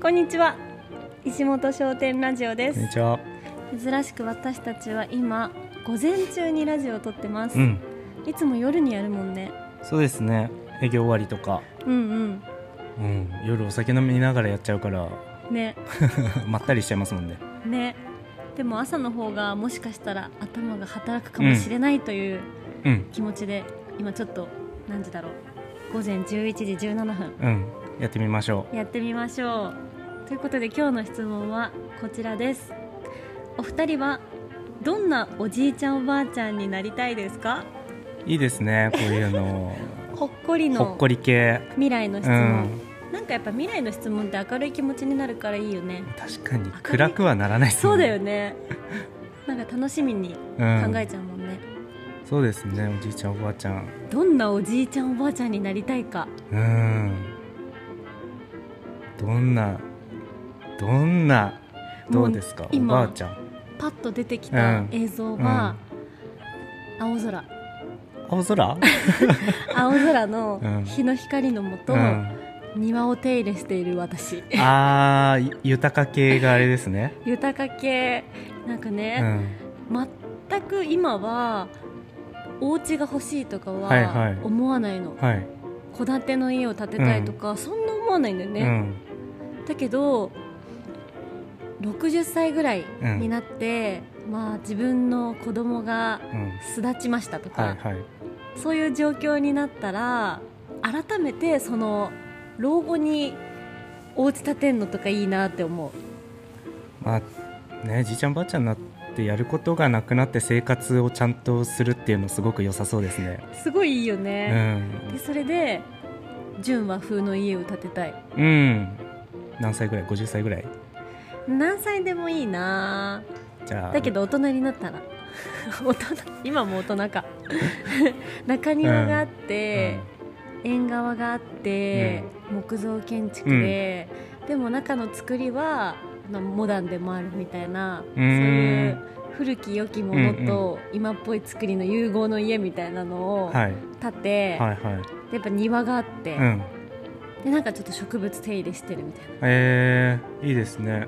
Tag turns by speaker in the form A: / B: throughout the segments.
A: こんにちは石本商店ラジオで
B: こんに
A: す
B: ちは。
A: 珍しく私たちは今午前中にラジオを撮ってます、
B: うん、
A: いつも夜にやるもんね
B: そうですね。営業終わりとか、
A: うん
B: うん、夜お酒飲みながらやっちゃうから、
A: うんね
B: まったりしちゃいますもんね。
A: ねでも朝の方がもしかしたら頭が働くかもしれないという
B: うん、
A: 気持ちで、今ちょっと何時だろう午前11時17分
B: うん、やってみましょ
A: やってみましょうということで今日の質問はこちらですお二人はどんなおじいちゃんおばあちゃんになりたいですか
B: う。いいですね。こういう の、
A: ほっこり
B: ほっ
A: の
B: こり系。
A: 未来の質
B: う
A: 問
B: ん、、
A: なんかやっぱ未来の質問って明るい気持ちになるからいいよね
B: 確かに暗くはならないです
A: そうだよ
B: ね。
A: ねなんか楽しみに
B: うん、
A: 考えちゃうもんね、
B: そうですね。おじいちゃんおばあちゃん。
A: どんなおじいちゃんおばあちゃんになりたいか
B: うん。どんな、どんな、どうですか
A: も。う
B: お
A: 今
B: ばあちゃん。
A: パッと出てき
B: う
A: た
B: ん
A: 映像
B: うん
A: は、青空
B: 青空？
A: 青空
B: う
A: の
B: ん
A: 日の光のもと、
B: うん。
A: 庭を手入れしている私
B: ああ、豊か系があれですね。
A: 豊か系なんか
B: う
A: ね、
B: ん。
A: 全く今はお家が欲しいとか
B: はいは
A: はい思わないの、
B: はい。
A: 戸建ての家を建てたいとか、そんな思わないんだよ
B: う
A: ね、
B: ん。
A: だけど60歳ぐらい
B: うん
A: になって、まあ、自分の子供が
B: うん。
A: 巣立ちましたとか、
B: はいはい。
A: そういう状況になったら改めてその老後にお家建てんのとかいいなって思う
B: まあね、じいちゃんばあちゃんになってやることがなくなって生活をちゃんとするっていうのすごく良さそうですね。
A: すごいいいよ
B: う
A: ね、で
B: ん。
A: それで純和風の家を建てたい
B: うん。何歳ぐらい ?50 歳ぐらい
A: 何歳でもいいな
B: じゃあ。
A: だけど大人になったら 大人今も大人か 中庭があっ
B: うん、
A: て、縁側があって、木造建築で、でも中の作りはまあモダンでもあるみたいな
B: う
A: そう
B: ー
A: い
B: ん
A: う古き良きものと今っぽい作りの融合の家みたいなのを
B: はい。
A: 建て、
B: はいはい。
A: でやっぱ庭があって、
B: うん。
A: でなんかちょっと植物手入れしてるみたいな
B: えー、いいですね。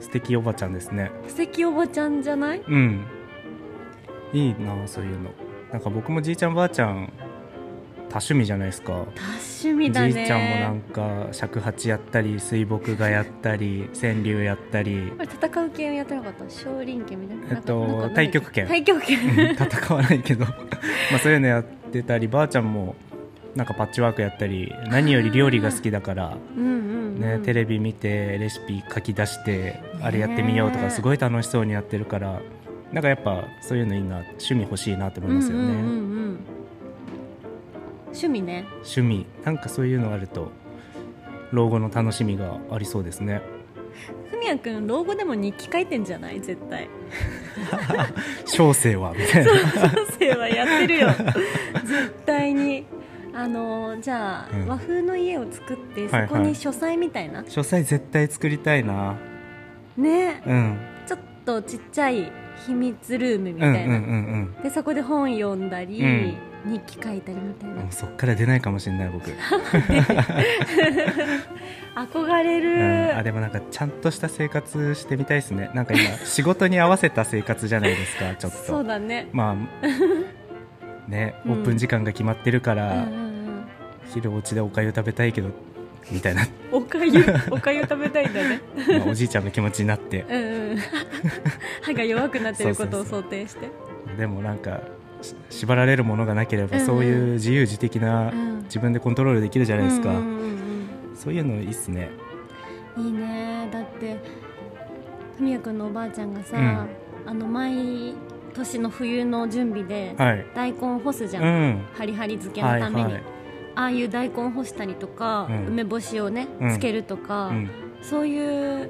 B: 素敵おばちゃんですね。
A: 素敵おばちゃんじゃない
B: うん。いいな、そういうの。なんか僕もじいちゃんばあちゃん、多趣味じゃないですか。
A: 多趣味だね
B: じいちゃんもなんか尺八やったり水墨画やったり川柳やったり
A: あれ戦う系をやってなかった少林拳みたいな
B: えっと
A: なんかなんか
B: 太極拳
A: 太極拳
B: 戦わないけど まあそういうのやってたりばあちゃんもなんかパッチワークやったり何より料理が好きだから、
A: うんうん、うん
B: ねテレビ見てレシピ書き出してあれやってみようとかすごい楽しそうにやってるからなんかやっぱそういうのいいな趣味欲しいなって思いますよね、
A: うんうんうんうん趣味ね
B: 趣味なんかそういうのあると老後の楽しみがありそうですね
A: ふみやくん老後でも日記書いてんじゃない絶対
B: 小生はみたいな
A: 小生はやってるよ絶対にあのーじゃあ、
B: うん
A: 和風の家を作ってそ
B: はいはい
A: こに書斎みたいな、
B: 書斎絶対作りたいな
A: ね
B: うん
A: ちょっとちっちゃい秘密ルームみ
B: うんう
A: た
B: ん
A: いな、
B: うん
A: でそこで本読んだり、
B: うん
A: 日記書いたりみたい
B: うん
A: な
B: もうそっから出ないかもしれない僕、
A: 憧れ
B: う
A: る、
B: ん、あでもなんかちゃんとした生活してみたいですねなんか 今仕事に合わせた生活じゃないですかちょっ
A: そう
B: と
A: だね
B: ま あねオープン時間が決まってるか
A: うん
B: ら、
A: うんうん
B: 昼お家でおかゆ食べたいけど みたいな、
A: おか ゆおかゆ食べたいんだね
B: まあおじいちゃんの気持ちになって
A: うんうん 歯が弱くなってることを想定して
B: でもなんかし縛られるものがなければ、
A: うんうん
B: そういう自由自適な、
A: うん
B: 自分でコントロールできるじゃないですか、
A: うんうん
B: そういうのいいっすね
A: うんいいねだってふみやくんのおばあちゃんがさ、
B: うん
A: あの毎年の冬の準備で
B: はい
A: 大根を干すじゃん、
B: うん
A: ハリハリ漬けの
B: はい
A: ために、
B: はい
A: ああいう大根を干したりとか、
B: うん
A: 梅干しをね
B: うん
A: つけるとか、
B: うん
A: そういう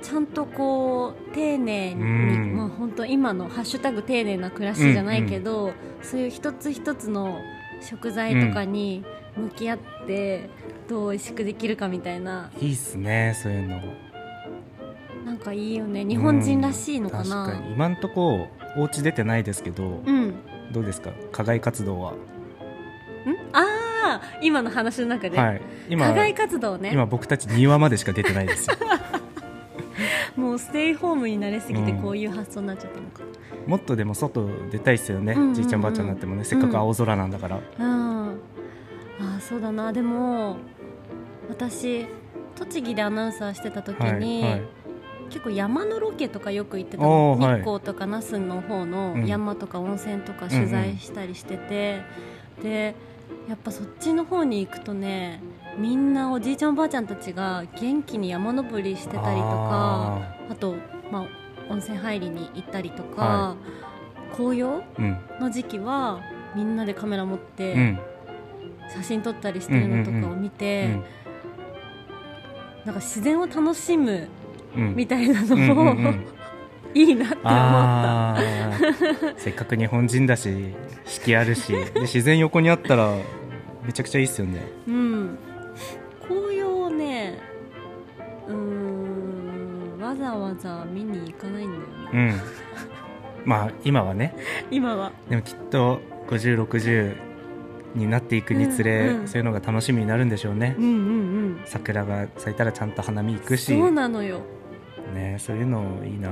A: ちゃんとこう丁寧に、
B: うん
A: まあ本当今の「ハッシュタグ丁寧な暮らし」じゃないけど、そういう一つ一つの食材とかに向き合ってどう美味しくできるかみたいない
B: いっすねそういうの
A: なんかいいよね日本人らしいのかな。
B: 確かに今んとこお家出てないですけど、
A: うん、ん
B: どうですか課外活動は
A: ああ今の話の中で、
B: はい、今
A: 課外活動ね
B: 今僕たち庭までしか出てな いですよ
A: もうステイホームに慣れすぎて
B: うん
A: こういう発想になっちゃったのか、
B: もっとでも外出たいですよね、
A: うんうんうん
B: じいちゃんばあちゃんになってもねせっかく青空なんだから、
A: うん、ああそうだなでも私栃木でアナウンサーしてた時
B: はい
A: に、
B: はい
A: 結構山のロケとかよく行ってた
B: お
A: の
B: ーはい
A: 日光とか那須の方の
B: うん
A: 山とか温泉とか取材したりしてて、でやっぱそっちの方に行くとねみんなおじいちゃんおばあちゃんたちが元気に山登りしてたりとかあ
B: あ
A: と、まあ、温泉入りに行ったりとか、
B: は
A: 紅葉
B: ーうん
A: の時期はみんなでカメラ持って。
B: うん
A: 写真撮ったりしてるのとかを見て、なんか自然を楽しむ
B: うんうん
A: みたいな
B: う
A: の
B: んう
A: も、
B: んうん
A: いいなって思 った
B: あー せっかく日本人だし四季あるしで自然横にあったらめちゃくちゃいいっすよね
A: うん紅葉をねうーんわざわざ見に行かないんだよね
B: うんまあ今はね
A: 今は
B: でもきっと5060になっていくにつれ、
A: うんうん
B: そういうのが楽しみになるんでしょうね、
A: うんうん
B: 桜が咲いたらちゃんと花見行
A: う
B: く
A: ん
B: し
A: そうなのよ
B: ねそういうのいいな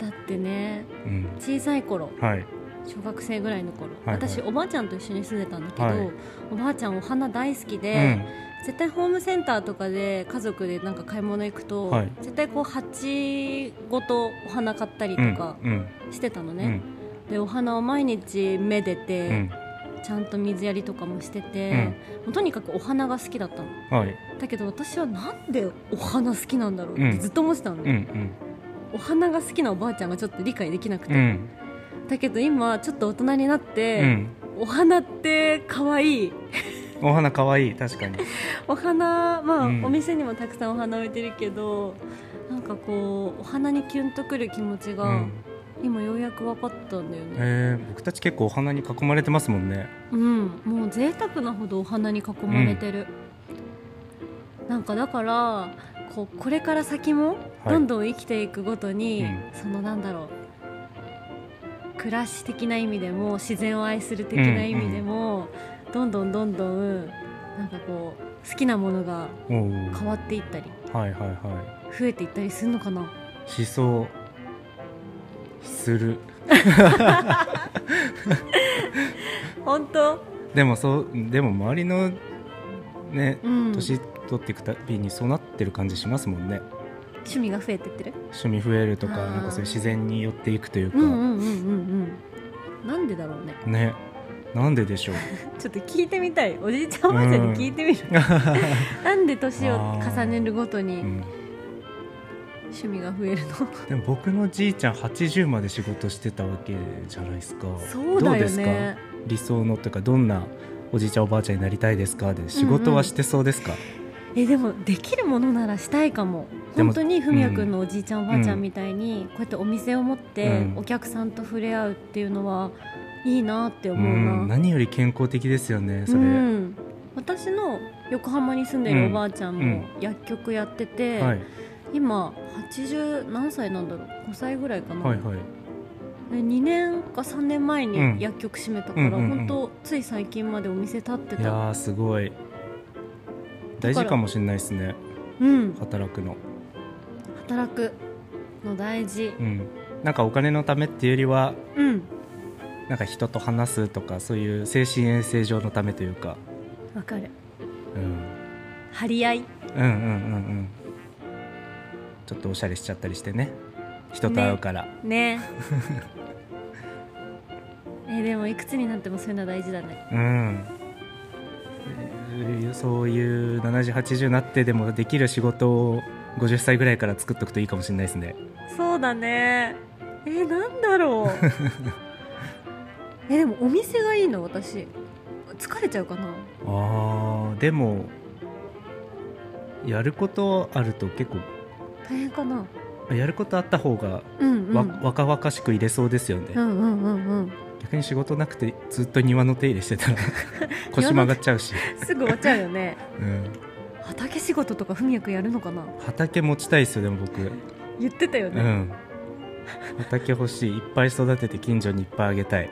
A: だってね
B: うん
A: 小さい頃
B: はい
A: 小学生ぐらいの頃、
B: はい
A: 私おばあちゃんと一緒に住んでたんだけど、
B: はい
A: おばあちゃんお花大好き
B: う
A: で、
B: ん
A: 絶対ホームセンターとかで家族でなんか買い物行くと、
B: はい
A: 絶対こう鉢ごとお花買ったり
B: うん
A: とか
B: うん
A: してたの
B: う
A: ね、
B: ん
A: でお花を毎日めで
B: う
A: て、
B: ん
A: ちゃんと水やりとかもしてて、もうとにかくお花が好きだったの
B: はい
A: だけど私はなんでお花好きなんだろうっ
B: う
A: て
B: ん
A: ずっと思ってたの
B: う
A: ね、
B: ん
A: お花が好きなおばあちゃんがちょっと理解できなくて、
B: うんうん
A: だけど今ちょっと大人になっ
B: う
A: て、
B: ん
A: お花って可愛い
B: お花かわいい確かに
A: お花まあ、
B: うん
A: お店にもたくさんお花置いてるけどなんかこうお花にキュンとくる気持ち
B: う
A: が
B: ん
A: 今ようやく分かったんだよね、
B: えー僕たち結構お花に囲まれてますもんね
A: うんもう贅沢なほどお花に囲まれてる、なんかだからこうこれから先も
B: はい
A: どんどん生きていくごとに、
B: うん
A: そのなんだろう暮らし的な意味でも自然を愛する的な意味でも、どんどんどんどんなんかこう好きなものが
B: おお
A: 変わっていったり
B: はいはいは
A: 増えていったりするのかない
B: しそうする
A: 本当
B: でもそうでも周りのね
A: うん
B: 年取っていくたびにそうなってる感じしますもんね
A: 趣味が増えてってる
B: 趣味増えるとか
A: あー
B: なんかそういう自然に寄っていくというか、
A: うんうんうんうんうんなんでだろうね
B: ねなんででしょう
A: ちょっと聞いてみたいおじいちゃんおばあちゃんに聞いてみる、 なんで年を重ねるごと
B: う
A: に
B: ん
A: 趣味が増えるの
B: でも僕のじいちゃん80まで仕事してたわけじゃないですか
A: そう
B: ど
A: だ
B: うで
A: よ
B: すか
A: ね
B: 理想のというかどんなおじいちゃんおばあちゃんになりたいですかで仕事はしてそうですか、
A: えでもできるものならしたいかも
B: でも
A: 本当に文也君のおじいちゃんおばあちゃんみたいにこうやってお店を持って
B: うん
A: お客さんと触れ合うっていうのはいいなって
B: う
A: 思うな、
B: ん、何より健康的ですよねそれ、
A: うん、私の横浜に住んでるおばあちゃん
B: う
A: も薬局やってて、
B: はい、
A: 今80何歳なんだろう5歳ぐらいかな、
B: はいはい
A: で2年か3年前
B: うん
A: に薬局閉めたから、
B: うんうんうん
A: 本当つい最近までお店立って
B: いや
A: た
B: ーすごい大事かもしれないですね
A: うん
B: 働くの、
A: 働くの大事
B: うん、なんかお金のためっていうよりは
A: うん
B: なんか人と話すとかそういう精神衛生上のためというか、
A: わかる
B: うん、うん
A: 張り合い
B: うんうんうんちょっとおしゃれしちゃったりしてね人と会うから、
A: ねえでもいくつになってもそういうのは大事だね
B: うんそういう7080になってでもできる仕事を50歳ぐらいから作っとくといいかもしれないですね
A: そうだねえー、なんだろう えでもお店がいいの私疲れちゃうかな
B: あーでもやることあると結構
A: 大変かな
B: やることあった方が
A: うんうん
B: わ、若々しく入れそうですよね、
A: うんうんうんうん
B: 逆に仕事なくてずっと庭の手入れして たら腰曲がっちゃうし、
A: すぐ終わっちゃうよね
B: うん、
A: 畑仕事とか文也君やるのかな
B: 畑持ちたいですよでも僕
A: 言ってたよ
B: う
A: ね、
B: ん畑欲しいいっぱい育てて近所にいっぱいあげたい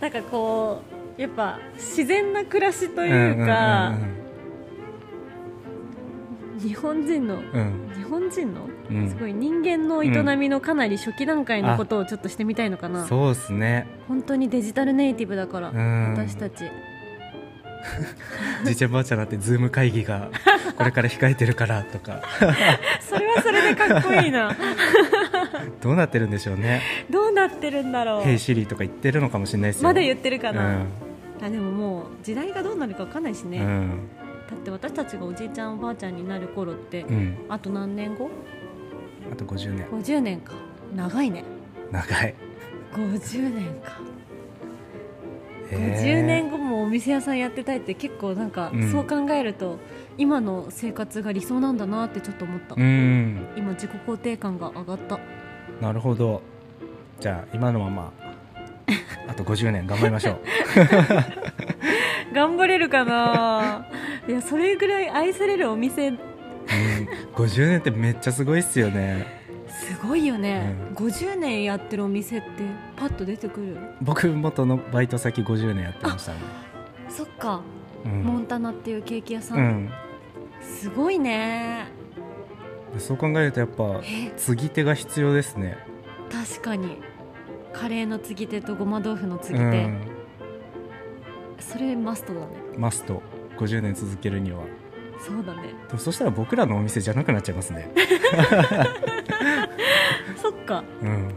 A: なんかこやっぱ自然な暮らしというか、日本人の、
B: うんうんうんうん
A: 日本人の、
B: うん
A: すごい人間の営みのかなり初期段階のことをちょっとしてみたいのかな、
B: そうですね
A: 本当にデジタルネイティブだから、
B: うん
A: 私たち
B: じいちゃんばあちゃんだってズーム会 議がこれから控えてるからとか
A: それはそれでかっこいい な
B: どうなってるんでしょうね
A: どうなってるんだ
B: 「
A: ろう、
B: ヘイシリ」とか言ってるのかもしれないですよ
A: まだ言っ
B: っ
A: てるかな、あでももう時代がどうなるかわかんないしね、
B: うんうん
A: だって私たちがおじいちゃんおばあちゃんになる頃って、
B: うん、
A: あと何年後
B: あと50年
A: ?50 年か長いね
B: 長い、
A: 50年か、
B: え
A: 50年後もお店屋さんやってたいって結構なんか、
B: うん
A: そう考えると今の生活が理想なんだなってちょっと思った、
B: うん
A: 今自己肯定感が上が った
B: なるほどじゃあ今の ままあと50年頑張りましょう
A: 頑張れるかないやそれぐらい愛されるお店
B: うん50年ってめっちゃすごいっすよね
A: すごいよね、
B: うん
A: 50年やってるお店ってパッと出てくる
B: 僕元のバイト先50年やってましたね
A: そっか、
B: うん
A: モンタナっていうケーキ屋さ、
B: うんん、
A: すごいね
B: そう考えるとやっぱ
A: え
B: 継ぎ手が必要ですね
A: 確かにカレーの継ぎ手とごま豆腐の継ぎ手、
B: うん、
A: それマストだね
B: マスト50年続けるには
A: そうだね
B: でもそしたら僕らのお店じゃなくなっちゃいますね
A: そっか
B: うん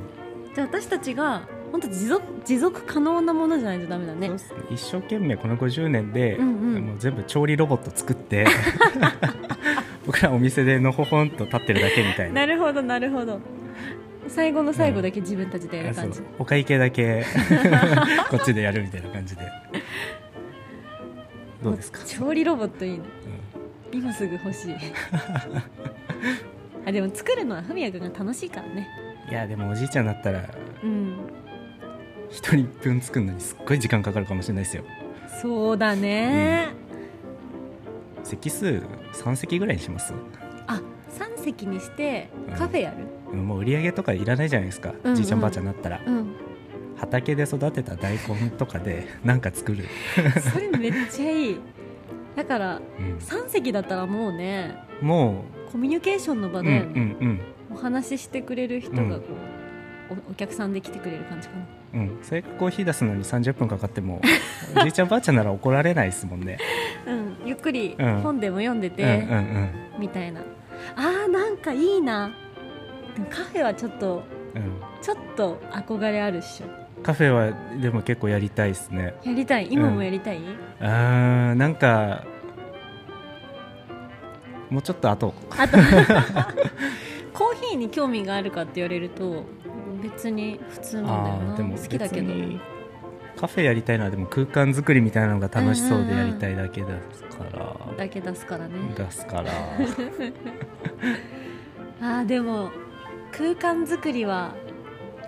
A: じゃあ私たちが本当持続持続可能なものじゃないとダメだね
B: そうっすね一生懸命この50年で、
A: うんうん
B: もう全部調理ロボット作って 僕らお店でのほほんと立ってるだけみたいな
A: なるほどなるほど最後の最後だけ自分たちでやる感じ、
B: そうお会計 だけこっちでやるみたいな感じでどうですか、
A: 調理ロボットいいね
B: うん
A: 今すぐ欲 しいあでも作るのはふみやくんが楽しいからね
B: いやでもおじいちゃんだったら
A: うん
B: 一人1分作るのにすっごい時間かかるかもしれないですよ
A: そうだね、
B: 席数3席ぐらいにします
A: あ三3席にして
B: うん
A: カフェやる
B: もう売り上げとかいらないじゃないですか、
A: うん
B: じいちゃんばあちゃんになったら
A: うん
B: 畑で育てた大根とかでなんか作る、
A: それめっちゃいいだから
B: うん
A: 3席だったらもうね
B: も
A: コミュニケーションの
B: う、
A: 場
B: うん
A: で、
B: うん
A: お話ししてくれる人が
B: うん
A: こう、おお客さんで来てくれる感じかな
B: うんうんそれかコーヒー出すのに30分かかっ てもおじいちゃんばあちゃんなら怒られないですもんね
A: うん、ゆっくり
B: うん
A: 本でも読んでて、
B: うんうん
A: みたいなあーなんかいいなでもカフェはちょっと
B: うんうん
A: ちょっと憧れあるっしょ
B: カフェはでも結構やりたいですね
A: やりたい今もやりた い、
B: うーんなんかもうちょっと後
A: あとコーヒーに興味があるかって言われると別に普通なんだよ
B: ー
A: な好きだけど
B: 別にカフェやりたいのはでも空間作りみたいなのが楽しそうでやりたいだけですから、
A: だけ出すからね
B: 出す から
A: あーでも空間作りは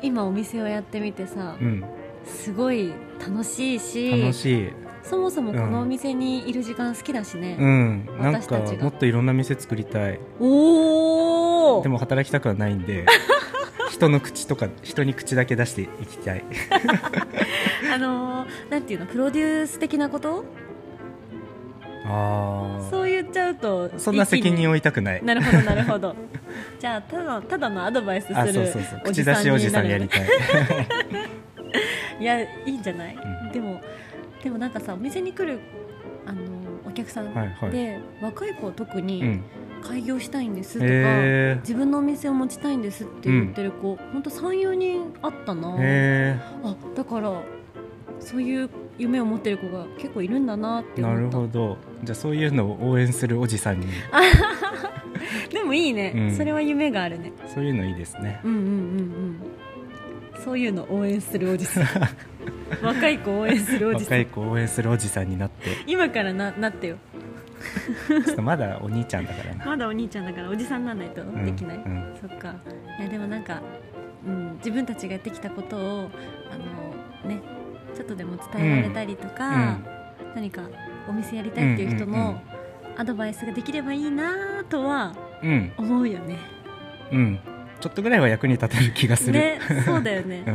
A: 今お店をやってみてさ
B: うん
A: すごい楽しいし
B: 楽しい
A: そもそもこのお店にいる時間好きだし
B: う
A: ね、
B: んなん
A: 私
B: か
A: たちが
B: もっといろんな店作りたい
A: おお
B: でも働きたくはないん で人の口とか人に口だけ出していきたい
A: あのー、なんていうのプロデュース的なこと
B: ああ
A: そう言っちゃうと
B: そんな責任
A: を
B: 負いたくない
A: なるほどなるほどじゃあただただのアドバイスする
B: あそうそうそう
A: お
B: 口
A: じ
B: 出
A: さん
B: しおじ
A: に
B: さ
A: なん
B: や
A: る
B: りたい
A: いやいいんじゃない、
B: うん
A: でもでもなんかさお店に来るあのお客さんで、
B: はいはい
A: 若い子は特に、
B: うん
A: 開業したいんですとか、
B: へ
A: 自分のお店を持ちたいんですって言ってる子、ほんと34人あったな、
B: えへ
A: あだからそういう夢を持ってる子が結構いるんだなって
B: えな
A: 思
B: る
A: った
B: ほどじゃあそういうのを応援するおじさんに
A: でもいいね、
B: うん
A: それは夢があるね
B: そういうのいいですね
A: うんうんうんうんそういうの応援するおじ さん若い子を応援するおじさ
B: 若
A: ん
B: い子を応援するおじさんになって
A: 今からななってよ
B: ちょっとまだお兄ちゃんだからな
A: まだお兄ちゃんだからおじさんにならないと
B: う ん
A: できない、
B: うん
A: そっかいやでもなんか、うん、自分たちがやってきたことをあのねちょっとでも伝えられたりとか、何かお店やりたいっていう人
B: うんうんう
A: のアドバイスができればいいなとは
B: うん
A: 思うよね。
B: うんちょっとぐらいは 役に立てる気がする、
A: ね、そうだよね。
B: うん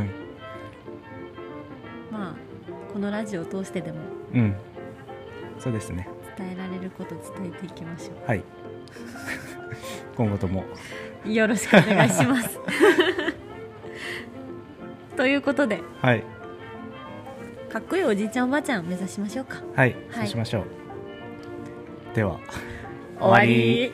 A: まあこのラジオを通してでも
B: うんそうですね
A: 伝えられること伝えていきましょ
B: はい 今後とも
A: うよろしくお願いしますということで
B: はい
A: かっこいいおじいちゃんおばあちゃんを目指しましょうか
B: はい、
A: はい
B: そうしましょうでは
A: 終わり